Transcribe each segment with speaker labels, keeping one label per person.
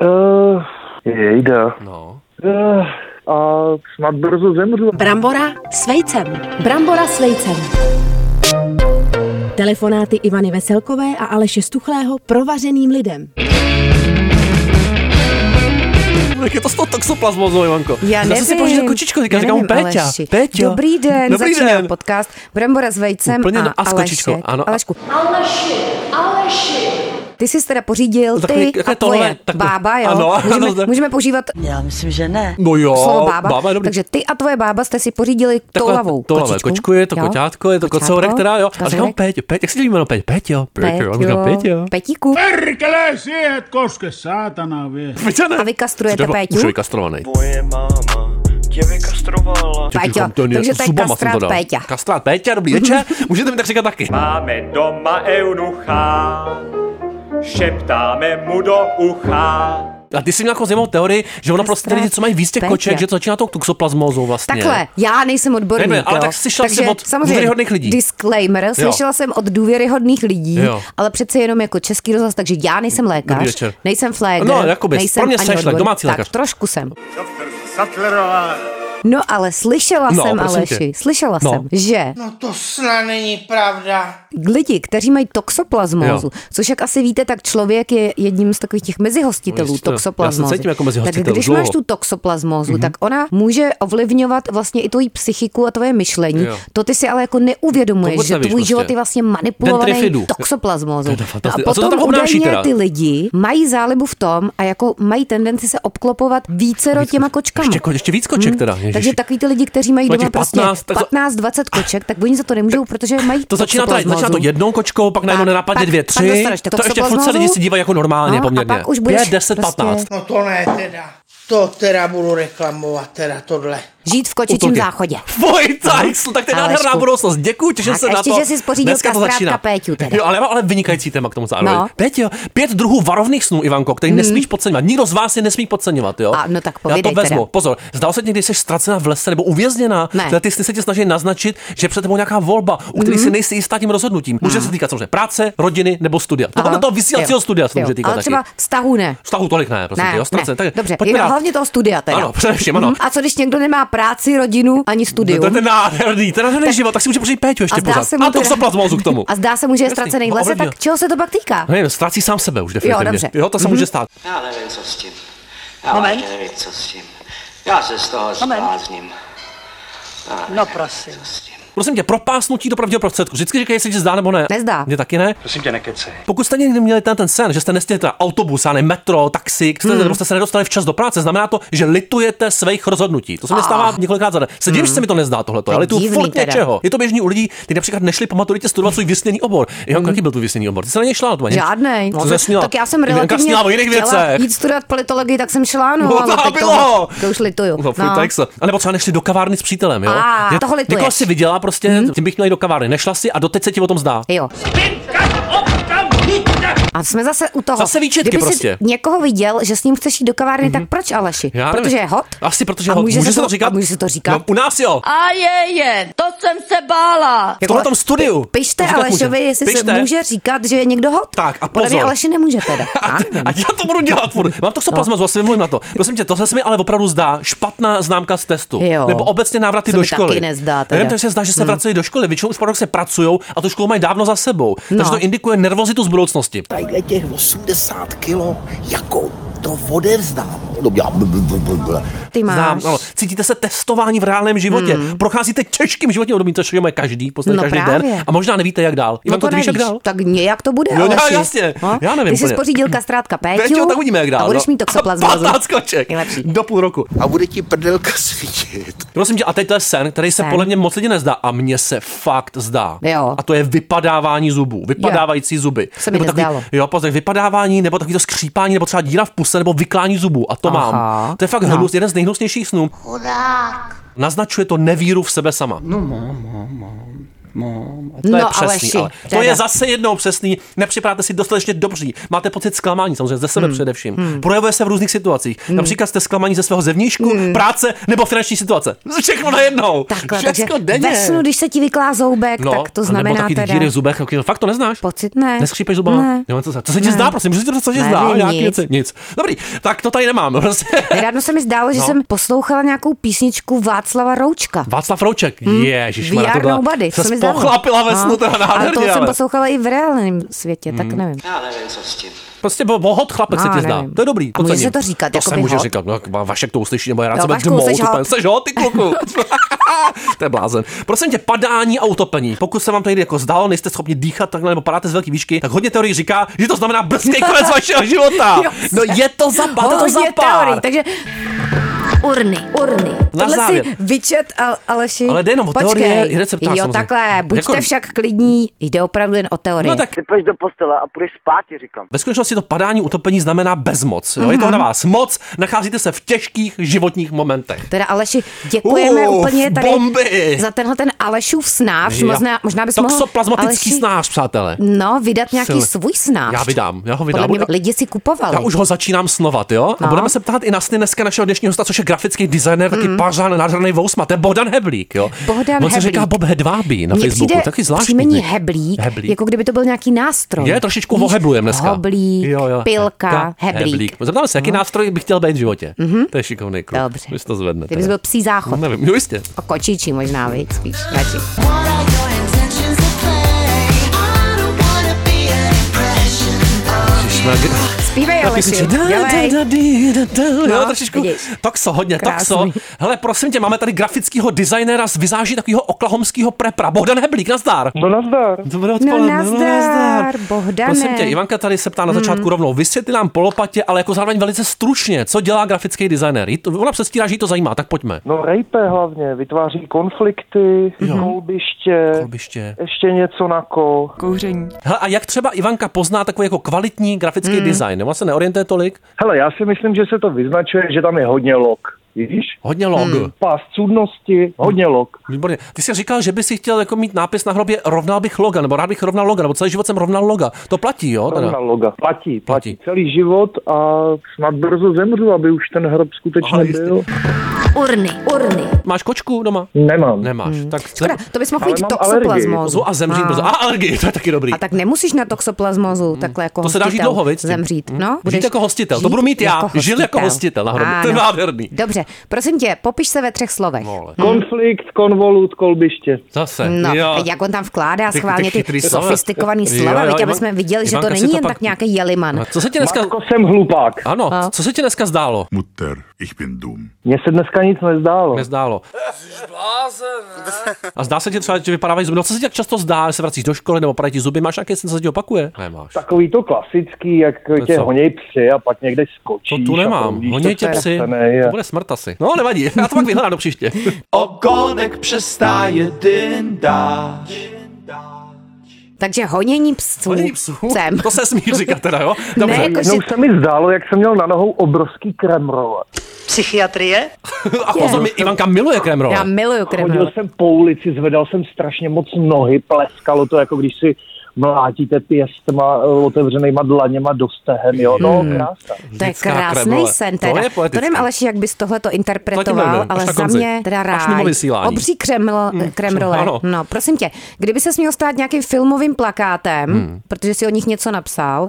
Speaker 1: Eh, Jejda.
Speaker 2: No.
Speaker 1: Eh, A snad brzo zemřu.
Speaker 3: Brambora s vejcem. Brambora s vejcem. Telefonáty Ivany Veselkové a Aleše Stuchlého provařeným lidem.
Speaker 2: Jak je to s tou toxoplasmozou, Ivanko?
Speaker 4: Já
Speaker 2: Zase
Speaker 4: nevím.
Speaker 2: si položil kočičko,
Speaker 4: Já
Speaker 2: teďka říkám mu
Speaker 4: nevím,
Speaker 2: Péťa.
Speaker 4: Aleši.
Speaker 2: Péťo.
Speaker 4: Dobrý den,
Speaker 2: Dobrý
Speaker 4: začíná
Speaker 2: den.
Speaker 4: podcast Brambora s vejcem
Speaker 2: Úplně
Speaker 4: a,
Speaker 2: no, a s
Speaker 4: Alešek.
Speaker 2: kočičkou, ano, a-
Speaker 4: Alešku,
Speaker 5: Aleši, Aleši.
Speaker 4: ty jsi teda pořídil
Speaker 2: No,
Speaker 4: ty
Speaker 2: tak mi-
Speaker 4: a
Speaker 2: takhle
Speaker 4: tvoje
Speaker 2: tohle, takhle.
Speaker 4: bába, jo?
Speaker 2: Ano, ano,
Speaker 4: můžeme,
Speaker 2: tak-
Speaker 4: můžeme používat
Speaker 6: Já myslím, že ne.
Speaker 2: No jo,
Speaker 4: slovo bába.
Speaker 2: je dobrý.
Speaker 4: Takže ty a tvoje bába jste si pořídili
Speaker 2: Takhle
Speaker 4: toulavou
Speaker 2: toulavé
Speaker 4: kočičku.
Speaker 2: kočku, je to
Speaker 4: jo?
Speaker 2: koťátko, je to
Speaker 4: Koťátko,
Speaker 2: kocourek, která jo. A říkám
Speaker 4: kocourek.
Speaker 2: Péťo, Péťo, jak se ti jmenuje Péťo? Péťo, Péťo, já mu říkám Péťo.
Speaker 4: Péťo, Petíku.
Speaker 7: Perkele, siihen koske, saatana vie.
Speaker 2: Péťo, ne.
Speaker 4: A vykastrujete
Speaker 2: Jsi to-
Speaker 4: Péťu?
Speaker 2: Už je vykastrovaný.
Speaker 8: Moje máma tě vykastrovala.
Speaker 2: Ty
Speaker 4: Péťo,
Speaker 2: říkám, ten jako je
Speaker 4: takže to je
Speaker 2: zubama jsem
Speaker 4: kastrát
Speaker 2: dal.
Speaker 4: Péťa.
Speaker 2: Kastrát Péťa, dobrý večer. Můžete mi tak říkat taky.
Speaker 8: Máme doma eunucha, šeptáme mu do ucha.
Speaker 2: A ty jsi měl nějakou zajímavou teorii, že ona prostě ty lidi, co mají víc těch
Speaker 4: Péťa.
Speaker 2: koček, že to začíná tou toxoplasmózou vlastně.
Speaker 4: Takhle, já nejsem odborník.
Speaker 2: Nejme, ale
Speaker 4: jo.
Speaker 2: tak slyšela jsi
Speaker 4: Takže
Speaker 2: od
Speaker 4: samozřejmě,
Speaker 2: důvěryhodných lidí.
Speaker 4: Disclaimer, slyšela jsem od důvěryhodných lidí,
Speaker 2: Jo.
Speaker 4: ale přece jenom jako český rozhlas, takže já nejsem
Speaker 2: Dobrý
Speaker 4: lékař,
Speaker 2: večer.
Speaker 4: nejsem fléger,
Speaker 2: No, jakoby,
Speaker 4: nejsem
Speaker 2: pro mě
Speaker 4: ani
Speaker 2: seš
Speaker 4: odborník.
Speaker 2: lé- domácí
Speaker 4: tak,
Speaker 2: lékař.
Speaker 4: trošku jsem. No ale slyšela
Speaker 2: No,
Speaker 4: jsem,
Speaker 2: prosím tě.
Speaker 4: Aleši, slyšela
Speaker 2: No.
Speaker 4: jsem, že
Speaker 9: No to snad není pravda.
Speaker 4: lidi, kteří mají toxoplasmózu,
Speaker 2: Jo.
Speaker 4: což jak asi víte, tak člověk je jedním z takových těch
Speaker 2: No
Speaker 4: mezihostitelů
Speaker 2: jistě,
Speaker 4: toxoplasmózy.
Speaker 2: já se cítím jako mezihostitel,
Speaker 4: tak když
Speaker 2: dlouho.
Speaker 4: máš tu toxoplasmózu,
Speaker 2: Mhm.
Speaker 4: tak ona může ovlivňovat vlastně i tvoji psychiku a tvoje myšlení.
Speaker 2: Jo.
Speaker 4: To ty si ale jako neuvědomuješ,
Speaker 2: To vůbec
Speaker 4: že tvůj
Speaker 2: nevíš prostě.
Speaker 4: život je vlastně manipulovaný
Speaker 2: Dentrifidu.
Speaker 4: toxoplasmózou.
Speaker 2: To je to
Speaker 4: No a
Speaker 2: fantastické. A co to
Speaker 4: potom
Speaker 2: tam obnáší
Speaker 4: údajně
Speaker 2: teda?
Speaker 4: ty lidi mají zálibu v tom a jako mají tendenci se obklopovat vícero těma kočkama. Hmm.
Speaker 2: Ještě, ko- ještě víc koček teda. Ježiši.
Speaker 4: Takže takový ty lidi, kteří mají
Speaker 2: Mají těch
Speaker 4: doma prostě
Speaker 2: 15, tak za-
Speaker 4: 15-20 koček, tak oni za to nemůžou, protože mají
Speaker 2: To začíná, ta, začíná to
Speaker 4: toxoplasmózu.
Speaker 2: jednou kočkou, pak najednou
Speaker 4: Pak-
Speaker 2: nenapadne
Speaker 4: pak-
Speaker 2: dvě,
Speaker 4: pak
Speaker 2: tři.
Speaker 4: dostaneš
Speaker 2: To ještě furt se
Speaker 4: toxoplasmózu.
Speaker 2: lidi si dívají jako normálně
Speaker 4: No, a
Speaker 2: poměrně.
Speaker 4: pak už budeš
Speaker 2: Pět, deset,
Speaker 4: prostě-
Speaker 2: patnáct.
Speaker 9: No to ne teda. To teda budu reklamovat, teda tohle.
Speaker 4: Žít v kočičím
Speaker 2: Útulky.
Speaker 4: záchodě.
Speaker 2: Vojtajsl, tak to je
Speaker 4: Aleško.
Speaker 2: nádherná budoucnost. Děkuji, těším
Speaker 4: Tak
Speaker 2: se
Speaker 4: a
Speaker 2: na
Speaker 4: ještě,
Speaker 2: to.
Speaker 4: že jsi spořídil
Speaker 2: Dneska to
Speaker 4: kastrátka
Speaker 2: začíná.
Speaker 4: Péťu teda.
Speaker 2: Jo, ale mám ale vynikající téma k tomu zároveň.
Speaker 4: No. Mhm.
Speaker 2: Pět, jo, pět druhů varovných snů, Ivanko, který nesmíš podceňovat. Nikdo z vás je nesmí podceňovat, jo?
Speaker 4: A, no tak
Speaker 2: Já
Speaker 4: povídej
Speaker 2: to vezmu.
Speaker 4: teda.
Speaker 2: Pozor, zdal se ti, když jsi ztracena v lese nebo uvězněná,
Speaker 4: Ne. Mhm.
Speaker 2: Tyhle ty jsi se ti snaží naznačit, že je před tebou nějaká volba, u které si nejsi jistá tím rozhodnutím. Může se týkat samozřejmě práce, rodiny nebo studia. No To podle
Speaker 4: Aha.
Speaker 2: toho vysílacího
Speaker 4: Jo.
Speaker 2: studia se to
Speaker 4: Jo.
Speaker 2: může týkat.
Speaker 4: Ale
Speaker 2: taky.
Speaker 4: třeba vztahu ne.
Speaker 2: Vztahu tolik ne, prosím
Speaker 4: Ne,
Speaker 2: tě, jo,
Speaker 4: ne.
Speaker 2: ztracen. Tak
Speaker 4: Dobře,
Speaker 2: pojďme
Speaker 4: jenom
Speaker 2: dál.
Speaker 4: hlavně toho studia teda.
Speaker 2: Ano, především, ano. No,
Speaker 4: Mhm. A co když někdo nemá práci, rodinu ani
Speaker 2: To,
Speaker 4: studium?
Speaker 2: to je ten nádherný, ten nádherný život, tak si může pořídit Péťu ještě pořád. a to
Speaker 4: teda-
Speaker 2: toxoplasmózu k tomu.
Speaker 4: A zdá se mu, že je
Speaker 2: Jasný,
Speaker 4: ztracený v
Speaker 2: má
Speaker 4: lese,
Speaker 2: ovlivnil.
Speaker 4: tak čeho se to pak týká?
Speaker 2: No nevím, ztrácí sám sebe už definitivně.
Speaker 4: dobře. Mhm.
Speaker 2: jo to se může stát.
Speaker 6: Já nevím, co s tím. Já Moment. vážně nevím, co s tím. Já se z toho zblázním.
Speaker 5: No prosím.
Speaker 6: Co s tím?
Speaker 2: Prosím tě, propásnutí dopravního prostředku. Vždycky říkej, jestli ti zdá nebo ne.
Speaker 4: Nezdá.
Speaker 2: Mně taky ne.
Speaker 8: Prosím tě, nekeci.
Speaker 2: Pokud jste někdy měli ten, ten sen, že jste nestihli teda autobus, a ne metro, taxi,
Speaker 4: Mhm.
Speaker 2: jste hmm. prostě se nedostali včas do práce, znamená to, že litujete svých rozhodnutí. To se mi stává několikrát za den. Se divím, že se mi to nezdá tohle,
Speaker 4: Ah. je
Speaker 2: ale tu
Speaker 4: divný
Speaker 2: furt
Speaker 4: teda.
Speaker 2: něčeho. Je to běžný u lidí, kteří například nešli po maturitě studovat svůj vysněný obor. Janko, jaký byl tu vysněný obor? Ty se na něj šla, na to ani-
Speaker 4: Mhm. Žádnej. No,
Speaker 2: Co jsi sněla?
Speaker 4: tak já jsem
Speaker 2: Janka
Speaker 4: relativně
Speaker 2: sněla o jiných
Speaker 4: chtěla
Speaker 2: věcech.
Speaker 4: jít studovat politologii, tak jsem šla, no,
Speaker 2: No,
Speaker 4: ale
Speaker 2: to
Speaker 4: teď
Speaker 2: bylo.
Speaker 4: to, to už lituju.
Speaker 2: No, fuj, tak se. A nebo třeba nešli do kavárny s přítelem, jo?
Speaker 4: A,
Speaker 2: Že-
Speaker 4: tohle Mhm. lituješ.
Speaker 2: Někoho si viděla prostě, tím bych měl jít do kavárny. Nešla si a doteď se ti o tom zdá.
Speaker 4: Jo. A jsme zase u toho.
Speaker 2: Zase výčetky
Speaker 4: Kdyby
Speaker 2: prostě. Mhm.
Speaker 4: Jsi někoho viděl, že s ním chceš jít do kavárny, tak proč Aleši?
Speaker 2: Já nevím.
Speaker 4: protože je hot?
Speaker 2: Asi protože
Speaker 4: a
Speaker 2: hot.
Speaker 4: Může,
Speaker 2: se to říkat?
Speaker 4: A může se to říkat?
Speaker 2: No, u nás jo.
Speaker 5: A je, je, to jsem se bála.
Speaker 2: v tohletom studiu.
Speaker 4: Jako, Pište
Speaker 2: To říkat
Speaker 4: Alešovi,
Speaker 2: může.
Speaker 4: jestli
Speaker 2: Pište.
Speaker 4: se může říkat, že je někdo hot.
Speaker 2: Tak, a
Speaker 4: Podle mě
Speaker 2: pozor.
Speaker 4: Aleši nemůže teda.
Speaker 2: A,
Speaker 4: Já
Speaker 2: ty-
Speaker 4: nevím.
Speaker 2: a já to budu dělat furt. Mám to plasmazu, no. asi vymluvím na to. Prosím tě, to se mi ale opravdu zdá špatná známka z testu.
Speaker 4: Jo.
Speaker 2: Nebo obecně návraty
Speaker 4: Se
Speaker 2: do
Speaker 4: mi
Speaker 2: školy.
Speaker 4: taky nezdá teda. Hmm.
Speaker 2: Nevím, to, že se zdá, že se vracejí do školy. Většinou už po roce pracují a tu školu mají dávno za sebou.
Speaker 4: No.
Speaker 2: Takže to indikuje nervozitu z budoucnosti.
Speaker 10: tadyhle těch 80 kilo, jako to odevzdám. No, já, bl, bl, bl, bl, bl.
Speaker 4: Ty máš.
Speaker 2: Znám, no, ano. Cítíte se testování v reálném životě. Procházíte těžkým životním obdobím, což je moje každý, v podstatě
Speaker 4: Hmm. No
Speaker 2: každý
Speaker 4: právě.
Speaker 2: den. A možná nevíte, jak dál.
Speaker 4: No
Speaker 2: Ivanko,
Speaker 4: to
Speaker 2: ty víš, jak
Speaker 4: nevíš.
Speaker 2: dál?
Speaker 4: Tak nějak to bude,
Speaker 2: Jo,
Speaker 4: Aleši.
Speaker 2: já, jasně.
Speaker 4: No?
Speaker 2: Já nevím
Speaker 4: Ty jsi
Speaker 2: úplně.
Speaker 4: spořídil kastrátka Péťu,
Speaker 2: Péťo, tak uvidíme, jak dál.
Speaker 4: a budeš
Speaker 2: no.
Speaker 4: mít toxoplasmózu.
Speaker 2: 15 koček.
Speaker 4: Nejlepší.
Speaker 2: Do půl roku.
Speaker 10: A bude ti prdelka svítit.
Speaker 2: Prosím tě, a teď to je sen, který se
Speaker 4: Sen.
Speaker 2: podle mě moc lidí nezdá a mně se fakt zdá.
Speaker 4: Jo.
Speaker 2: A to je vypadávání zubů, vypadávající zuby.
Speaker 4: Se mi
Speaker 2: takový,
Speaker 4: nezdálo.
Speaker 2: jo, pozor, vypadávání, nebo takový to skřípání, nebo třeba díra v puse, nebo vyklání zubů. A to
Speaker 4: Aha.
Speaker 2: mám. To je fakt
Speaker 4: No.
Speaker 2: hnus, jeden z nejhnusnějších snů. Naznačuje to nevíru v sebe sama. No, mám, mám, Máma. To je
Speaker 4: No,
Speaker 2: přesný,
Speaker 4: Aleši,
Speaker 2: ale to
Speaker 4: teda.
Speaker 2: je zase jednou přesný. Nepřipadáte si dostatečně dobří. Máte pocit zklamání, samozřejmě ze
Speaker 4: Hmm.
Speaker 2: sebe především. Projevuje se v různých situacích. Například jste zklamaní ze svého zevnějšku, práce nebo finanční situace. Všechno najednou.
Speaker 4: Hmm. Takhle,
Speaker 2: Všechno
Speaker 4: takže ve snu, když se ti vyklá zoubek, no, tak to
Speaker 2: a nebo
Speaker 4: znamená
Speaker 2: taky ty
Speaker 4: teda...
Speaker 2: díry v zubech, taky, fakt to neznáš?
Speaker 4: Pocit ne.
Speaker 2: Neskřípeš zubama?
Speaker 4: Ne.
Speaker 2: Jo, co, se, co se ti
Speaker 4: Ne.
Speaker 2: zdá, prosím? Můžete říct, co se ti
Speaker 4: Ne,
Speaker 2: zdá?
Speaker 4: ne,
Speaker 2: Nějaký
Speaker 4: nic.
Speaker 2: věci? Nic. Dobrý, tak to tady nemám. Prostě.
Speaker 4: Nedávno se mi zdálo, že
Speaker 2: No.
Speaker 4: jsem poslouchala nějakou písničku Václava Roučka.
Speaker 2: Václav Rouček, hmm. ježiš,
Speaker 4: VR Nobody.
Speaker 2: se
Speaker 4: to mi zdálo.
Speaker 2: pochlapila ve snu,
Speaker 4: No,
Speaker 2: teda
Speaker 4: Ale
Speaker 2: nádherně,
Speaker 4: to
Speaker 2: ale. Mm.
Speaker 4: jsem poslouchala i v reálném světě, tak nevím.
Speaker 6: Já nevím, co s tím.
Speaker 2: Prostě bo- bohot chlapek se
Speaker 4: No,
Speaker 2: ti zdá.
Speaker 4: nevím.
Speaker 2: To je dobrý.
Speaker 4: A může
Speaker 2: ocením.
Speaker 4: se to říkat,
Speaker 2: To
Speaker 4: jako
Speaker 2: se
Speaker 4: by
Speaker 2: může
Speaker 4: hot?
Speaker 2: říkat. No, jak Vašek to uslyší, nebo já rád
Speaker 4: Jo,
Speaker 2: sebe
Speaker 4: Vašku,
Speaker 2: dmou.
Speaker 4: seš hot.
Speaker 2: Jsi hot, ty kluku. to je blázen. Prosím tě, padání a utopení. Pokud se vám to někdy jako zdálo, nejste schopni dýchat takhle nebo padáte z velké výšky, tak hodně teorií říká, že to znamená brzký konec vašeho života.
Speaker 4: Jo,
Speaker 2: No je to za pár, to za
Speaker 4: je
Speaker 2: pár.
Speaker 4: teorii, takže urny, urny.
Speaker 2: Na
Speaker 4: Tohle
Speaker 2: závěr.
Speaker 4: si vyčet, al, Aleši.
Speaker 2: Ale jde jenom o
Speaker 4: Počkej.
Speaker 2: teorie i recepta,
Speaker 4: Jo,
Speaker 2: samozřejmě.
Speaker 4: takhle, buďte
Speaker 2: Jako-
Speaker 4: však klidní, jde opravdu jen o teorii.
Speaker 2: No tak
Speaker 11: Ty půjdeš do postele a půjdeš spát, ti říkám.
Speaker 2: Ve skutečnosti to padání utopení znamená bezmoc. Jo? Je
Speaker 4: Mhm.
Speaker 2: to na vás moc, nacházíte se v těžkých životních momentech.
Speaker 4: Teda Aleši, děkujeme
Speaker 2: Uf,
Speaker 4: úplně tady
Speaker 2: bomby.
Speaker 4: za tenhle ten Alešův snář.
Speaker 2: Jo.
Speaker 4: Možná, možná bys mohl,
Speaker 2: Toxoplazmatický snář, přátelé.
Speaker 4: No, vydat nějaký
Speaker 2: Sil-
Speaker 4: svůj snář.
Speaker 2: Já vydám, já ho vydám.
Speaker 4: Podle mě lidi si kupovali.
Speaker 2: Já už ho začínám snovat, jo? A
Speaker 4: No.
Speaker 2: budeme se ptát i na sny dneska našeho dnešního hosta, což je grafický designer, taky
Speaker 4: Mm-hmm.
Speaker 2: mm. pařán, nádherný vousma, to je Bohdan Heblík, jo?
Speaker 4: Bohdan
Speaker 2: On se
Speaker 4: Heblík.
Speaker 2: říká Bob Hedvábí na
Speaker 4: Mně
Speaker 2: Facebooku,
Speaker 4: přijde
Speaker 2: taky zvláštní.
Speaker 4: příjmení
Speaker 2: typ.
Speaker 4: heblík,
Speaker 2: Heblík.
Speaker 4: heblík, jako kdyby to byl nějaký nástroj.
Speaker 2: Je, trošičku oheblujem dneska.
Speaker 4: Hoblík, pilka, heblík. No. Mhm.
Speaker 2: Zeptám No, se, jaký nástroj bych chtěl být v životě. To je šikovný kluk.
Speaker 4: Dobře.
Speaker 2: Vy si to zvedne.
Speaker 4: Kdyby jsi byl psí záchod.
Speaker 2: Nevím, jo jistě.
Speaker 4: A kočičí možná, víc, spíš, radši.
Speaker 2: Šmagr-
Speaker 4: Zpívej,
Speaker 2: Ta
Speaker 4: Aleši,
Speaker 2: písnička, da,
Speaker 4: dělej.
Speaker 2: da, da, di, da, da, jo,
Speaker 4: No,
Speaker 2: trošičku.
Speaker 4: vidíš.
Speaker 2: Toxo, hodně,
Speaker 4: Krásný.
Speaker 2: toxo. Hele, prosím tě, máme tady grafického designéra z vizáží takového oklahomského prepra. Bohdan Heblík, nazdar.
Speaker 1: No nazdar.
Speaker 2: Dobré
Speaker 4: No
Speaker 2: odpoledne.
Speaker 4: nazdar, Hmm. Bohdane.
Speaker 2: Prosím tě, Ivanka tady se ptá na začátku rovnou. Vysvětli nám polopatě, ale jako zároveň velice stručně, co dělá grafický designér. Jí to- Ona předstírá, že jí to zajímá, tak pojďme.
Speaker 1: No rejpe hlavně, vytváří konflikty, kolbiště,
Speaker 2: Kolbiště.
Speaker 1: ještě něco na ko.
Speaker 12: Kouření.
Speaker 2: Hele, a jak třeba Ivanka pozná takový jako kvalitní grafický
Speaker 4: Hmm.
Speaker 2: design? Nebo se neorientuje tolik?
Speaker 1: Hele, já si myslím, že se to vyznačuje, že tam je hodně log. Víš?
Speaker 2: Hodně log.
Speaker 4: Hmm.
Speaker 1: Pás cudnosti, hodně log.
Speaker 2: Výborně. Ty jsi říkal, že by si chtěl jako mít nápis na hrobě rovnal bych loga, nebo rád bych rovnal loga, nebo celý život jsem rovnal loga. To platí, jo? Teda.
Speaker 1: Rovna loga. Platí,
Speaker 2: Platí.
Speaker 1: platí. Celý život a snad brzo zemřu, aby už ten hrob skutečně
Speaker 2: Aha, jistě.
Speaker 1: byl.
Speaker 4: Urny, urny.
Speaker 2: Máš kočku doma?
Speaker 1: Nemám.
Speaker 2: Nemáš. Hmm. Tak
Speaker 4: Škoda, to bys mohl
Speaker 1: Ale
Speaker 4: mít
Speaker 1: mám
Speaker 4: toxoplasmózu.
Speaker 2: Zvu a zemřít prostě. brzo. A alergii, to je taky dobrý.
Speaker 4: A tak nemusíš na toxoplasmózu takhle jako
Speaker 2: To se dá žít
Speaker 4: hostitel
Speaker 2: dlouho, viď?
Speaker 4: Zemřít,
Speaker 2: Hm.
Speaker 4: no.
Speaker 2: Žít jako hostitel. To budu mít já. Žil jako hostitel na hrobě. To je
Speaker 4: Ano.
Speaker 2: nádherný.
Speaker 4: Dobře, prosím tě, popiš se ve třech slovech.
Speaker 2: No, ale.
Speaker 1: Konflikt, konvolut, kolbiště.
Speaker 2: Zase.
Speaker 4: No,
Speaker 2: jo.
Speaker 4: jak on tam vkládá
Speaker 2: Ty- ty
Speaker 4: schválně ty,
Speaker 2: chytrý
Speaker 4: ty
Speaker 2: slova.
Speaker 4: sofistikovaný
Speaker 2: Jo,
Speaker 4: slova,
Speaker 2: jo,
Speaker 4: jo, aby
Speaker 2: Ivan-
Speaker 4: jsme viděli, že to
Speaker 2: Ivanka si
Speaker 4: není
Speaker 2: to
Speaker 4: jen
Speaker 2: pak-
Speaker 4: tak nějaký jeliman.
Speaker 2: A Co se ti dneska...
Speaker 1: Matko, Jako jsem hlupák.
Speaker 2: Ano,
Speaker 4: A.
Speaker 2: co se ti dneska zdálo?
Speaker 13: Mutter, ich bin dumm.
Speaker 1: Mně se dneska nic nezdálo.
Speaker 2: Nezdálo. A zdá se ti třeba, že vypadávají zuby. No, co se ti tak často zdá, že se vracíš do školy nebo padají ti zuby, máš nějaký sen, co se ti opakuje? Nemáš.
Speaker 1: Takový to klasický, jak
Speaker 2: je
Speaker 1: tě
Speaker 2: co?
Speaker 1: honěj psy a pak někde
Speaker 2: To
Speaker 1: skočíš.
Speaker 2: tu
Speaker 1: a
Speaker 2: nemám.
Speaker 1: proudíš
Speaker 2: Honí
Speaker 1: jako to
Speaker 2: tě
Speaker 1: v té
Speaker 2: psy.
Speaker 1: scéně a-
Speaker 2: To bude smrt asi. No, nevadí. Já to pak vyhledám do příště.
Speaker 14: Ogonek přestáje dindá.
Speaker 4: Takže honění psů.
Speaker 2: Honění psů?
Speaker 4: Sem.
Speaker 2: Hm, To se smí říkat teda, jo? Dobře.
Speaker 4: Ne, jako, že...
Speaker 1: Jednou No, se mi zdálo, jak jsem měl na nohou obrovský kremrovat.
Speaker 5: Psychiatrie?
Speaker 2: A pozor, mi Ivanka miluje kremrole.
Speaker 4: Já miluju
Speaker 1: Chodil
Speaker 4: kremel.
Speaker 1: jsem po ulici, zvedal jsem strašně moc nohy, pleskalo to, jako když si mlátíte pěstma eh, otevřenýma dlaněma do stehen, jo. No,
Speaker 4: Hmm.
Speaker 1: krása.
Speaker 4: To je
Speaker 2: Dětská
Speaker 4: krásný
Speaker 2: kremole.
Speaker 4: sen.
Speaker 2: To
Speaker 4: Teda.
Speaker 2: je poetické.
Speaker 4: to nevím, Aleši, jak bys tohle to
Speaker 2: To taky
Speaker 4: interpretoval,
Speaker 2: nevím, až
Speaker 4: ale
Speaker 2: na
Speaker 4: za
Speaker 2: konci.
Speaker 4: mě teda
Speaker 2: Až mimo
Speaker 4: ráj.
Speaker 2: vysílání. Hmm.
Speaker 4: Obří kreml, kremrole.
Speaker 2: ano.
Speaker 4: No, prosím tě, kdyby se měl stát nějakým filmovým plakátem,
Speaker 2: Hmm.
Speaker 4: protože si o nich něco napsal,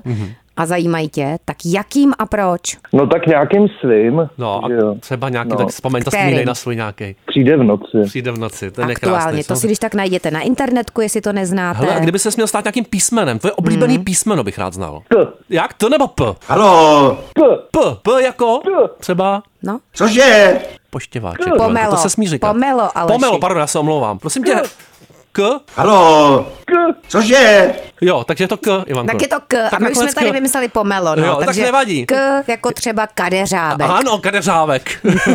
Speaker 4: a zajímají tě, tak jakým a proč?
Speaker 1: No tak nějakým svým,
Speaker 2: No a
Speaker 1: že jo.
Speaker 2: třeba nějaký,
Speaker 1: No.
Speaker 2: tak vzpomeň,
Speaker 4: Který?
Speaker 2: tak na svůj nějaký.
Speaker 1: Přijde v noci.
Speaker 2: Přijde v noci, ten je krásný.
Speaker 4: Aktuálně, to si když tak najděte na internetku, jestli to neznáte.
Speaker 2: Hele, a kdyby se směl stát nějakým písmenem, tvoje oblíbený
Speaker 4: Mhm.
Speaker 2: písmeno bych rád znal.
Speaker 1: T,
Speaker 2: Jak to nebo P?
Speaker 14: Halo,
Speaker 1: p,
Speaker 2: P, P jako? Třeba
Speaker 4: No,
Speaker 14: cože?
Speaker 2: poštěváček.
Speaker 4: Pomelo.
Speaker 2: To se smí říkat.
Speaker 4: Pomelo, Aleši.
Speaker 2: Pomelo, pardon, já se omlouvám. Prosím tě, K?
Speaker 14: Halo,
Speaker 1: k,
Speaker 14: cože?
Speaker 2: Jo, takže je to K, Ivanko.
Speaker 4: tak je to K. a my už
Speaker 2: nakonec
Speaker 4: jsme tady
Speaker 2: K.
Speaker 4: vymysleli pomelo. No,
Speaker 2: Jo, tak
Speaker 4: takže
Speaker 2: nevadí.
Speaker 4: K jako třeba kadeřábek.
Speaker 2: Ano, kadeřávek.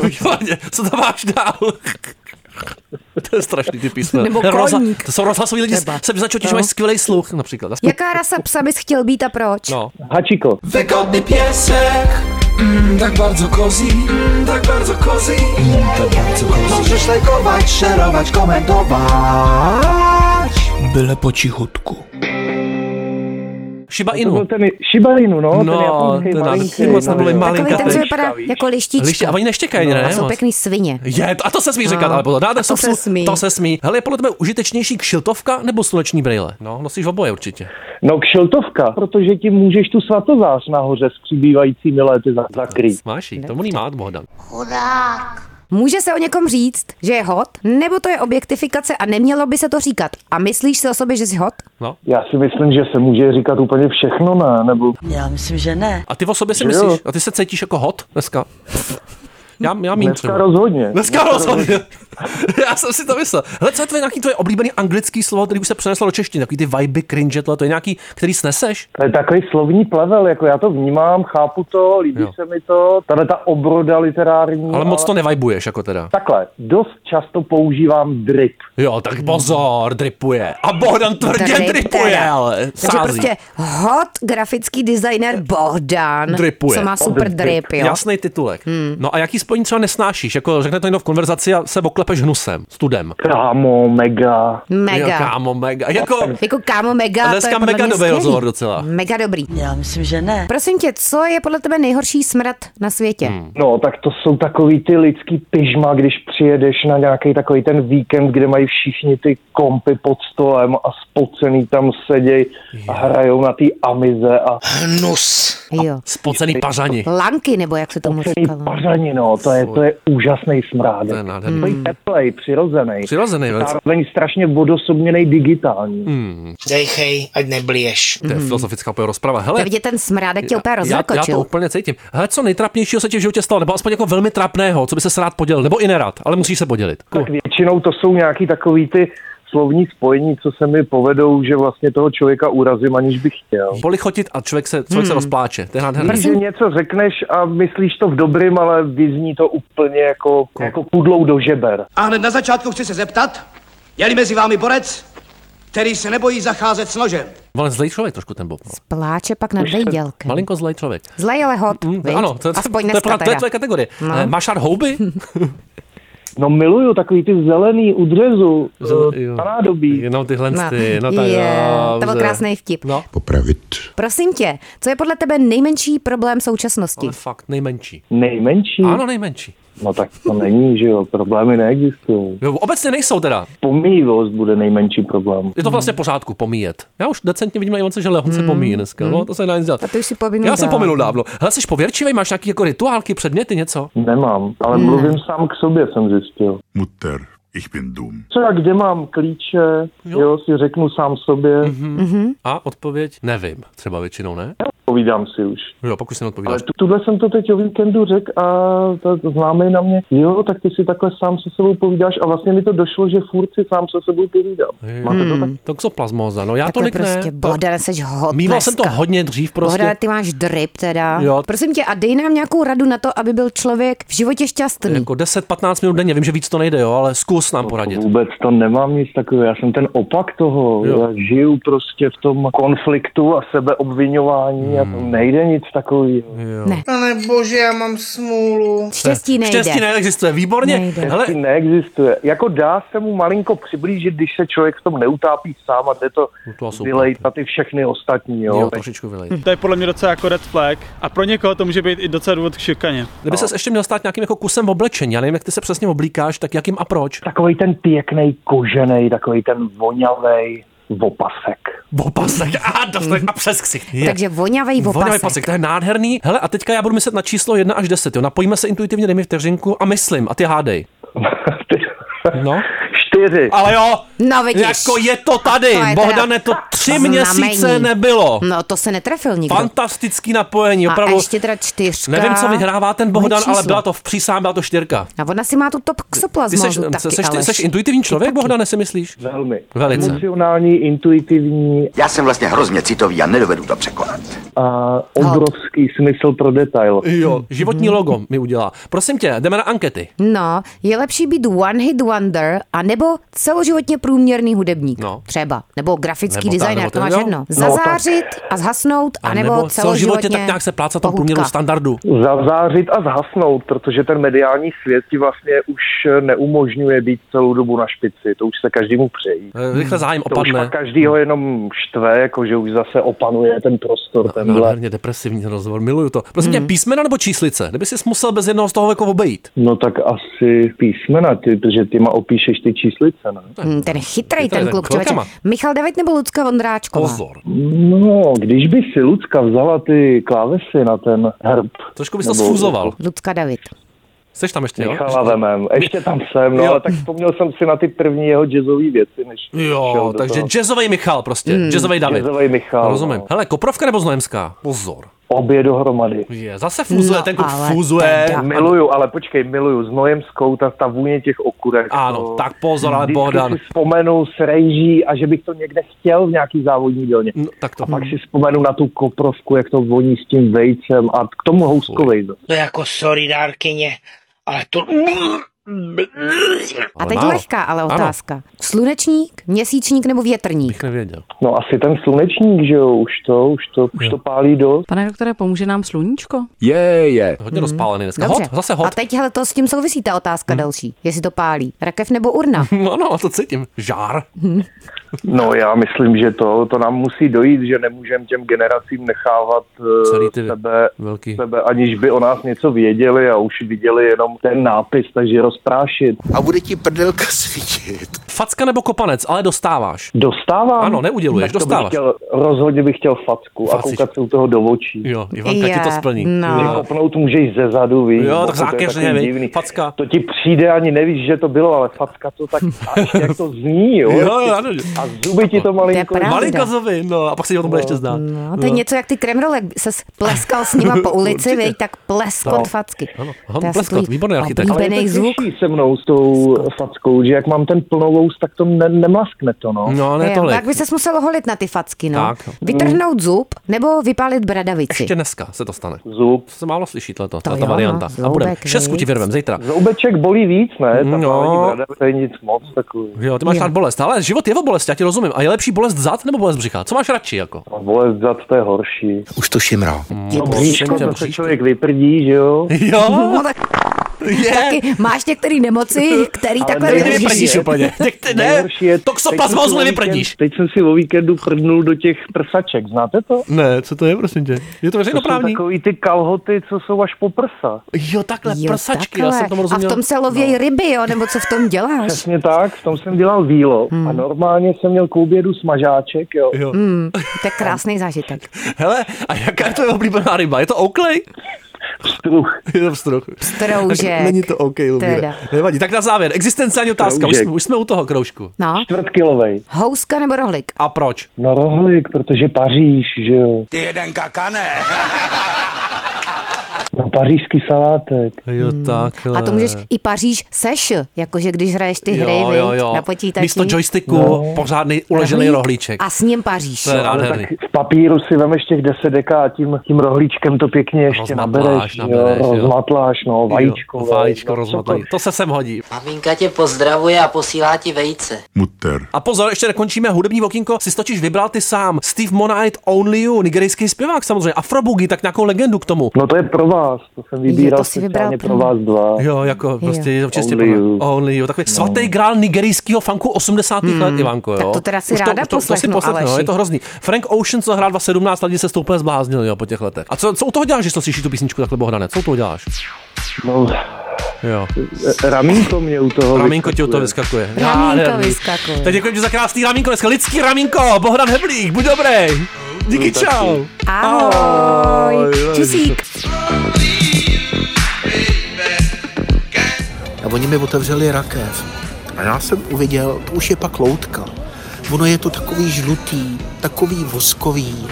Speaker 2: Výborně. Co tam máš dál? to je strašný ty písmena.
Speaker 4: Nebo koník.
Speaker 2: to jsou rozhlasoví lidi,
Speaker 4: Třeba.
Speaker 2: se vyznačují, že
Speaker 4: No.
Speaker 2: mají skvělý sluch například. Aspoň-
Speaker 4: Jaká rasa psa bys chtěl být a proč?
Speaker 2: No.
Speaker 1: hačiko.
Speaker 14: Wygodny piesek, mm, tak bardzo cozy, mm, tak bardzo cozy, mm, tak bardzo cozy. Możesz lajkować, szerować, komentować. Byle potichutku.
Speaker 2: Shiba Inu.
Speaker 1: Ten Shiba Inu, no,
Speaker 2: No,
Speaker 1: ten japonský
Speaker 2: ten
Speaker 1: malinký.
Speaker 2: nádherný, moc
Speaker 1: no,
Speaker 2: nebyl
Speaker 1: jo.
Speaker 2: malinkatý.
Speaker 4: Takový ten, co vypadá jako lištička.
Speaker 2: Liště- a oni neštěkají, ne,
Speaker 4: A No, jsou
Speaker 2: moc.
Speaker 4: pěkný svině.
Speaker 2: Je, to- a to se smí
Speaker 4: No.
Speaker 2: říkat, ale bylo dáte
Speaker 4: A to se smí.
Speaker 2: To se smí. Hele, je podle tebe užitečnější kšiltovka nebo sluneční brýle? No, nosíš oboje určitě.
Speaker 1: No kšiltovka, protože ti můžeš tu svatozář nahoře s přibývajícími lety za- zakrýt.
Speaker 2: Máš jí, to mu má Bohdan.
Speaker 4: Chudák. Může se o někom říct, že je hot, nebo to je objektifikace a nemělo by se to říkat. A myslíš si o sobě, že jsi hot?
Speaker 2: No.
Speaker 1: Já si myslím, že se může říkat úplně všechno, ne? Nebo...
Speaker 5: Já myslím, že ne.
Speaker 2: A ty o sobě si
Speaker 1: Že jo.
Speaker 2: myslíš? A ty se cítíš jako hot dneska? Já, já mín
Speaker 1: Dneska rozhodně.
Speaker 2: Dneska
Speaker 1: Dneska
Speaker 2: rozhodně. já jsem si to myslel. Hele, co je tvoje nějaký tvoje oblíbený anglický slovo, který už se přeneslo do češtiny? Takový ty vibe, cringe, tohle, to je nějaký, který sneseš?
Speaker 1: To je takový slovní plevel, jako já to vnímám, chápu to, líbí jo. se mi to, tahle ta obroda literární.
Speaker 2: Ale moc to nevajbuješ, jako teda.
Speaker 1: Takhle, dost často používám drip.
Speaker 2: Jo, tak pozor, dripuje. A Bohdan tvrdě
Speaker 4: Hmm. Drip
Speaker 2: dripuje,
Speaker 4: teda.
Speaker 2: ale
Speaker 4: Takže
Speaker 2: sází.
Speaker 4: prostě hot grafický designer Bohdan,
Speaker 2: Dripuje.
Speaker 4: co má super drip, jo.
Speaker 2: Jasný titulek.
Speaker 4: Hmm.
Speaker 2: No a jaký spojení třeba nesnášíš? Jako řekne to jenom v konverzaci a se oklepeš hnusem, studem.
Speaker 1: Kámo, mega.
Speaker 4: Mega.
Speaker 2: Jo, kámo, mega. Jako,
Speaker 4: jako kámo mega,
Speaker 2: A
Speaker 4: to
Speaker 2: dneska
Speaker 4: je podle
Speaker 2: mega
Speaker 4: mě
Speaker 2: dobrý
Speaker 4: skvělý.
Speaker 2: rozhovor docela.
Speaker 4: Mega dobrý.
Speaker 5: Já myslím, že ne.
Speaker 4: Prosím tě, co je podle tebe nejhorší smrt na světě? Hmm.
Speaker 1: No, tak to jsou takový ty lidský pyžma, když přijedeš na nějaký takový ten víkend, kde mají všichni ty kompy pod stolem a spocený tam seděj a hrajou na ty amize a...
Speaker 9: Hnus.
Speaker 4: Jo.
Speaker 2: Spocený pařani.
Speaker 4: Lanky, nebo jak se tomu říkalo?
Speaker 1: Pařani, no, to je, to je úžasný smrádek.
Speaker 2: To je nádherný.
Speaker 1: Takový teplej, přirozený.
Speaker 2: Přirozený, velice.
Speaker 1: Zároveň strašně vodosobněný digitální.
Speaker 2: Hmm.
Speaker 9: Dejchej, ať neblíješ.
Speaker 2: To je filozofická úplně rozprava.
Speaker 4: To je
Speaker 2: Hele,
Speaker 4: vidět, ten smrádek tě úplně
Speaker 2: já, já to
Speaker 4: rozrokočil.
Speaker 2: úplně cítím. Hele, co nejtrapnějšího se ti v životě stalo, nebo aspoň jako velmi trapného, co by se rád podělil, nebo i nerad, ale musíš se podělit.
Speaker 1: Tak většinou to jsou nějaký takový ty slovní spojení, co se mi povedou, že vlastně toho člověka urazím, aniž bych chtěl.
Speaker 2: Polichotit a člověk se, člověk se rozpláče. To je nádherný.
Speaker 1: Víš, že něco řekneš a myslíš to v dobrým, ale vyzní to úplně jako, jako pudlou do žeber.
Speaker 12: A hned na začátku chci se zeptat, je-li mezi vámi borec, který se nebojí zacházet s nožem.
Speaker 2: Ale zlej člověk trošku ten Bob. no.
Speaker 4: Pláče pak nad vejdělkem.
Speaker 2: Malinko zlej člověk.
Speaker 4: Zlej, ale hot. Mm,
Speaker 2: Hmm, Ano, to, je-
Speaker 4: Aspoň
Speaker 2: to, je,
Speaker 4: dneska
Speaker 2: pořád- to je
Speaker 4: teda.
Speaker 2: tvoje kategorie.
Speaker 4: No.
Speaker 2: Eh, Máš rád houby?
Speaker 1: No miluju takový ty zelený eh, udřezu.
Speaker 2: Jo. Jenom tyhle ty, no tak
Speaker 4: je,
Speaker 2: jo,
Speaker 4: to byl
Speaker 2: dobře.
Speaker 4: krásný vtip.
Speaker 2: No.
Speaker 4: Prosím tě, co je podle tebe nejmenší problém současnosti?
Speaker 2: Ale fakt, nejmenší.
Speaker 1: Nejmenší?
Speaker 2: Ano, nejmenší.
Speaker 1: No tak to není, že jo, problémy neexistují.
Speaker 2: Jo, obecně nejsou teda.
Speaker 1: Pomíjivost bude nejmenší problém.
Speaker 2: Je to vlastně v
Speaker 4: Hmm.
Speaker 2: pořádku pomíjet. Já už decentně vidím na Ivance, že Lehon se pomíjí dneska. No, to se nedá nic dělat.
Speaker 4: Hmm. A ty už si povinul
Speaker 2: Já jsem
Speaker 4: dál.
Speaker 2: pominul dávno. Hele, jsi pověrčivý, máš nějaký jako rituálky, předměty, něco?
Speaker 1: Nemám, ale
Speaker 2: Hmm.
Speaker 1: mluvím sám k sobě, jsem zjistil.
Speaker 13: Mutter, ich bin dumm.
Speaker 1: Co já kde mám klíče, jo, si řeknu sám sobě.
Speaker 2: Mm-hmm. A odpověď? Nevím. Třeba většinou ne?
Speaker 1: Povídám si už.
Speaker 2: Jo, pokud si neodpovídáš.
Speaker 1: Ale tu, tuhle jsem to teď o víkendu řekl a ta ta známý na mě, jo, tak ty si takhle sám se sebou povídáš a vlastně mi to došlo, že furt si sám se sebou povídám.
Speaker 2: Jo.
Speaker 1: Máte to tak?
Speaker 2: Hmm, Toxoplasmóza, no já
Speaker 4: Takhle
Speaker 2: tolik ne.
Speaker 4: prostě, Bohdane, jsi hot
Speaker 2: Mýval
Speaker 4: dneska.
Speaker 2: jsem to hodně dřív prostě.
Speaker 4: Bohdane, ty máš drip teda.
Speaker 2: Jo.
Speaker 4: Prosím tě, a dej nám nějakou radu na to, aby byl člověk v životě šťastný.
Speaker 2: Jako 10-15 minut denně, vím, že víc to nejde, jo, ale zkus nám poradit.
Speaker 1: Vůbec to nemám nic takového, já jsem ten opak toho, jo. já žiju prostě v tom konfliktu a sebeobvinování hmm. a to nejde nic takového.
Speaker 4: Ne.
Speaker 9: Pane bože, já mám smůlu.
Speaker 4: Štěstí nejde.
Speaker 2: Štěstí neexistuje, výborně.
Speaker 4: Nejde.
Speaker 2: Hele,
Speaker 1: Hezky neexistuje. Jako dá se mu malinko přiblížit, když se člověk v tom neutápí sám a jde No to,
Speaker 2: to asi
Speaker 1: vylejt na ty všechny ostatní. Jo,
Speaker 2: jo,
Speaker 1: Tak
Speaker 2: trošičku vylej.
Speaker 15: To je podle mě docela jako red flag a pro někoho to může být i docela důvod k šikaně.
Speaker 2: Kdyby ses ještě měl stát nějakým jako kusem oblečení, já nevím, jak ty se přesně oblíkáš, tak jakým a proč?
Speaker 1: Takový ten pěkný kožený, takový ten voňavej opasek.
Speaker 2: Opasek, a dostat a přes ksicht. Je.
Speaker 4: Takže voňavej
Speaker 2: Vonavý
Speaker 4: opasek.
Speaker 2: pasek, to je nádherný. Hele, a teďka já budu myslet na číslo 1 až 10, jo. Napojíme se intuitivně, dej mi vteřinku a myslím, a ty hádej. No.
Speaker 1: Čtyři.
Speaker 2: Ale jo,
Speaker 4: No vidíš.
Speaker 2: jako je to tady.
Speaker 4: To je teda
Speaker 2: Bohdane, to tři
Speaker 4: znamení.
Speaker 2: měsíce nebylo.
Speaker 4: No to se netrefil nikdo.
Speaker 2: Fantastický napojení, opravdu.
Speaker 4: A ještě teda čtyřka.
Speaker 2: Nevím, co vyhrává ten Bohdan,
Speaker 4: Moje
Speaker 2: ale
Speaker 4: číslo.
Speaker 2: byla to v přísám, byla to čtyřka.
Speaker 4: A ona si má tu top
Speaker 2: Ty
Speaker 4: ksoplasmozu
Speaker 2: seš,
Speaker 4: taky,
Speaker 2: seš, seš,
Speaker 4: Aleš.
Speaker 2: seš intuitivní člověk, Bohdane, si myslíš?
Speaker 1: Velmi.
Speaker 2: Velice.
Speaker 1: Emocionální, intuitivní
Speaker 10: Já jsem vlastně hrozně citový a nedovedu to překonat.
Speaker 1: a obrovský smysl pro detail.
Speaker 2: Jo, životní logo mi udělá. Prosím tě, jdeme na ankety.
Speaker 4: No, je lepší být one hit wonder a nebo jako celoživotně průměrný hudebník. No. Třeba. Nebo grafický
Speaker 2: Nebo tak,
Speaker 4: designer,
Speaker 2: nebo
Speaker 4: to
Speaker 2: tak,
Speaker 4: máš
Speaker 2: jo.
Speaker 4: jedno.
Speaker 2: No,
Speaker 4: Zazářit a zhasnout,
Speaker 2: A
Speaker 4: anebo
Speaker 2: nebo celoživotně
Speaker 4: celoživotně
Speaker 2: tak nějak se plácat tom průměru
Speaker 4: pohůdka.
Speaker 2: standardu.
Speaker 1: Zazářit a zhasnout, protože ten mediální svět ti vlastně už neumožňuje být celou dobu na špici. To už se každému přejí.
Speaker 2: Eh, rychle zájem
Speaker 1: to
Speaker 2: opadne.
Speaker 1: Už pak každýho jenom štve, jako že už zase opanuje ten prostor. Tenhle.
Speaker 2: Nádherně depresivní ten rozhovor, miluju to. Prosím
Speaker 4: Hmm.
Speaker 2: tě, písmena nebo číslice? Kdyby jsi musel bez jednoho z toho jako obejít.
Speaker 1: No tak asi písmena, ty, protože ty ma opíšeš ty číslice, ne?
Speaker 4: Hm, Ten chytrý
Speaker 1: Chytrej,
Speaker 4: ten
Speaker 1: ten
Speaker 4: kluk,
Speaker 1: kluk,
Speaker 4: člověče.
Speaker 1: má.
Speaker 4: Michal David nebo Lucka Vondráčková?
Speaker 1: No, když by si Lucka vzala ty klávesy na ten hrb.
Speaker 2: Trošku bys to sfuzoval.
Speaker 4: Lucka David.
Speaker 2: Jsi tam ještě, jo?
Speaker 1: Michala vemem. Ještě tam jsem, no,
Speaker 2: Jo.
Speaker 1: ale tak vzpomněl jsem si na ty první jeho jazzové věci, než šel
Speaker 2: Jo,
Speaker 1: do
Speaker 2: takže
Speaker 1: toho.
Speaker 2: jazzový Michal prostě,
Speaker 4: Hmm.
Speaker 1: Mm.
Speaker 2: jazzový David.
Speaker 1: Jazzovej Michal,
Speaker 2: Rozumím.
Speaker 1: no.
Speaker 2: Hele, Koprovka nebo Znojemská? Pozor.
Speaker 1: Obě dohromady.
Speaker 2: Je, zase
Speaker 4: No,
Speaker 2: fúzuje, ten kluk fúzuje.
Speaker 1: Miluju, ale počkej, miluju. S Nojemskou, ta, ta vůně těch okurek.
Speaker 2: Ano,
Speaker 1: to-
Speaker 2: tak pozor, ale
Speaker 1: Vždycky
Speaker 2: Bohdan.
Speaker 1: si vzpomenu s rejží a že bych to někde chtěl v nějaký závodní dělně.
Speaker 2: No, tak to.
Speaker 1: A pak si vzpomenu na tu koprovku, jak to voní s tím vejcem a k tomu houskovej.
Speaker 9: To je jako sorry, dárkyně, ale to...
Speaker 4: A teď lehká ale otázka. Slunečník, měsíčník nebo větrník? Bych
Speaker 2: nevěděl.
Speaker 1: No asi ten slunečník, že jo, už to, už to, už to pálí dost.
Speaker 16: Pane doktore, pomůže nám sluníčko?
Speaker 2: Je, je. Hodně rozpálený dneska.
Speaker 4: Dobře.
Speaker 2: Hot, zase hot. Hm.
Speaker 4: A teď hele, to s tím souvisí ta otázka další. Jestli to pálí. Rakev nebo urna?
Speaker 2: No, no, to cítím. Žár.
Speaker 1: No já myslím, že to, to nám musí dojít, že nemůžeme těm generacím nechávat Celý ty sebe,
Speaker 2: velký.
Speaker 1: sebe, aniž by o nás něco věděli a už viděli jenom ten nápis, takže rozprášit.
Speaker 10: A bude ti prdelka svítit.
Speaker 2: Facka nebo kopanec, ale dostáváš.
Speaker 1: Dostávám?
Speaker 2: Ano,
Speaker 1: Tak
Speaker 2: neuděluješ,
Speaker 1: to bych
Speaker 2: dostáváš.
Speaker 1: Chtěl, rozhodně bych chtěl facku a
Speaker 2: Facičku.
Speaker 1: koukat se u toho do očí.
Speaker 2: Jo, Ivanka ti to Je, splní. no.
Speaker 1: Mě kopnout můžeš ze zadu, víš.
Speaker 2: Jo, tak
Speaker 1: to je
Speaker 2: zákeřně,
Speaker 1: takový
Speaker 2: viď,
Speaker 1: divný. To ti přijde, ani nevíš, že to bylo, ale facka to tak až jak to zní, jo.
Speaker 2: Jo, jo, ano.
Speaker 1: A zuby ti to malinko...
Speaker 4: pravda.
Speaker 2: Malinko zuby, no, a pak si o tom bude ještě zdát.
Speaker 4: No, to je něco jak ty kremrolek, se pleskal s nima po ulici, viď, tak pleskot
Speaker 1: No.
Speaker 4: facky.
Speaker 2: No, Ano,
Speaker 4: To je asi tvůj
Speaker 1: Ale
Speaker 4: Oblíbený
Speaker 1: je to
Speaker 4: zvuk.
Speaker 1: těžší se mnou s tou fackou, že jak mám ten plnou lous, tak to ne- nemlaskne to, no.
Speaker 2: No,
Speaker 4: Jo, tak by ses musel holit na ty facky, no.
Speaker 2: Tak.
Speaker 4: Vytrhnout zub nebo vypálit bradavici.
Speaker 2: Ještě dneska se to stane.
Speaker 1: Zub.
Speaker 2: Se málo slyší to, ta
Speaker 4: jo, no,
Speaker 2: varianta. A budeme.
Speaker 4: zoubek,
Speaker 2: Šestku ti
Speaker 4: viď.
Speaker 2: vyrvem zítra.
Speaker 1: Zoubeček bolí víc, ne? Ta
Speaker 2: No.
Speaker 1: pálení brada, to je nic moc takový.
Speaker 2: Jo, ty máš rád bolest, ale život je o bolesti, já ti rozumím. A je lepší bolest zad nebo bolest břicha? Co máš radši jako?
Speaker 1: A bolest zad, to je horší.
Speaker 10: Už to šimrá.
Speaker 1: No, bříško,
Speaker 2: prosím tě,
Speaker 1: to se člověk vyprdí, že jo?
Speaker 2: Jo,
Speaker 4: No, tak, taky máš některé nemoci, který takhle
Speaker 1: nejhorší je- nejhorší je-
Speaker 2: toxoplasmózu
Speaker 1: teď jsem si o
Speaker 2: nevyprdíš.
Speaker 1: víkend- Teď jsem si o víkendu prdnul do těch prsaček, znáte to?
Speaker 2: Ne, co to je, prosím tě? Je to
Speaker 1: To
Speaker 2: veřejnoprávní?
Speaker 1: jsou takový ty kalhoty, co jsou až po prsa.
Speaker 2: Jo, takhle,
Speaker 4: Jo, takhle. A v tom se lovějí
Speaker 2: No.
Speaker 4: ryby, jo, nebo co v tom děláš?
Speaker 1: Přesně tak, v tom jsem dělal výlo a normálně jsem měl k obědu smažáček, jo.
Speaker 2: Jo.
Speaker 4: Hmm, to je krásný zážitek.
Speaker 2: Hele, a jaká je tvoje oblíbená ryba? Je to Oakley?
Speaker 1: Pstruh.
Speaker 2: Je to pstruh.
Speaker 4: Pstroužek.
Speaker 2: Není to OK, Lumíre.
Speaker 4: Teda.
Speaker 2: Nevadí. Tak na závěr, existenciální otázka. Už
Speaker 1: Pstroužek.
Speaker 2: jsme, už jsme u toho kroužku.
Speaker 4: No,
Speaker 1: Čtvrtkilovej.
Speaker 4: houska nebo rohlik?
Speaker 2: A proč?
Speaker 1: No rohlik, protože Paříž, že jo.
Speaker 10: Ty jeden kakane.
Speaker 1: No pařížský salátek.
Speaker 2: Hmm. Jo, takhle.
Speaker 4: A to můžeš i Paříž seš, jakože když hraješ ty hry
Speaker 2: Eh. jo,
Speaker 4: viď,
Speaker 2: jo, jo.
Speaker 4: na počítači.
Speaker 2: Místo joysticku
Speaker 1: No.
Speaker 2: pořádný uležený
Speaker 4: Rohlík
Speaker 2: rohlíček.
Speaker 4: A s ním Paříž.
Speaker 2: To je
Speaker 1: Ale
Speaker 2: nádherný.
Speaker 1: tak v papíru si vemeš těch 10 deka a tím, tím rohlíčkem to pěkně ještě
Speaker 2: Rozmatláš,
Speaker 1: nabereš,
Speaker 2: nabereš,
Speaker 1: jo,
Speaker 2: jo.
Speaker 1: rozmatláš, no, vajíčko.
Speaker 2: Jo,
Speaker 1: no,
Speaker 2: Vajíčko
Speaker 1: no,
Speaker 2: rozmatají. To se sem hodí.
Speaker 5: Maminka tě pozdravuje a posílá ti vejce.
Speaker 13: Mutter.
Speaker 2: A pozor, ještě nekončíme hudební okýnko, si totiž vybral ty sám. Steve Monite, Only You, nigerijský zpěvák samozřejmě, Afrobugi, tak nějakou legendu k tomu.
Speaker 1: No to je pro vás, to jsem
Speaker 4: Jo,
Speaker 1: vybíral
Speaker 4: to si vybral
Speaker 1: speciálně
Speaker 4: pro
Speaker 1: pro
Speaker 4: mě.
Speaker 1: vás dva.
Speaker 2: Jo, jako prostě je to čistě
Speaker 1: Only
Speaker 2: pro-
Speaker 1: You.
Speaker 2: Only You, takový svatý grál nigerijského funku 80. let, Ivanko, jo.
Speaker 4: No. Hmm. tak to teda si
Speaker 2: Už
Speaker 4: ráda
Speaker 2: už to, to, si
Speaker 4: poslechnu,
Speaker 2: poslechnu, jo,
Speaker 4: Aleši.
Speaker 2: je to hrozný. Frank Ocean, co hrál 2017, lidi se stoupil zbláznil, jo, po těch letech. A co, co u toho děláš, že to slyšíš tu písničku takhle Bohdane? Co u toho děláš?
Speaker 1: No,
Speaker 2: Jo.
Speaker 1: eh, ramínko mě u toho
Speaker 2: Ramínko ti u toho
Speaker 1: vyskakuje.
Speaker 2: vyskakuje.
Speaker 4: Ramínko
Speaker 2: Nádherný.
Speaker 4: vyskakuje.
Speaker 2: Tak děkuji ti za krásný ramínko, dneska lidský ramínko, Bohdan Heblík, buď dobrý. Díky,
Speaker 4: No, taky.
Speaker 2: čau.
Speaker 4: Ahoj. Čusík.
Speaker 10: A oni mi otevřeli rakev. A já jsem uviděl, to už je pak loutka. Ono je to takový žlutý, takový voskový.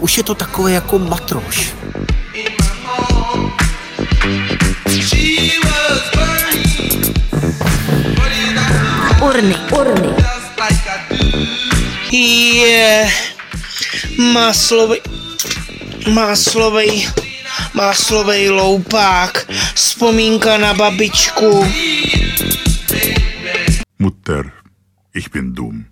Speaker 10: Už je to takové jako matroš.
Speaker 3: Urny, urny.
Speaker 9: Je maslovej, maslovej, maslovej loupák, vzpomínka na babičku.
Speaker 13: Mutter. Ich bin dumm.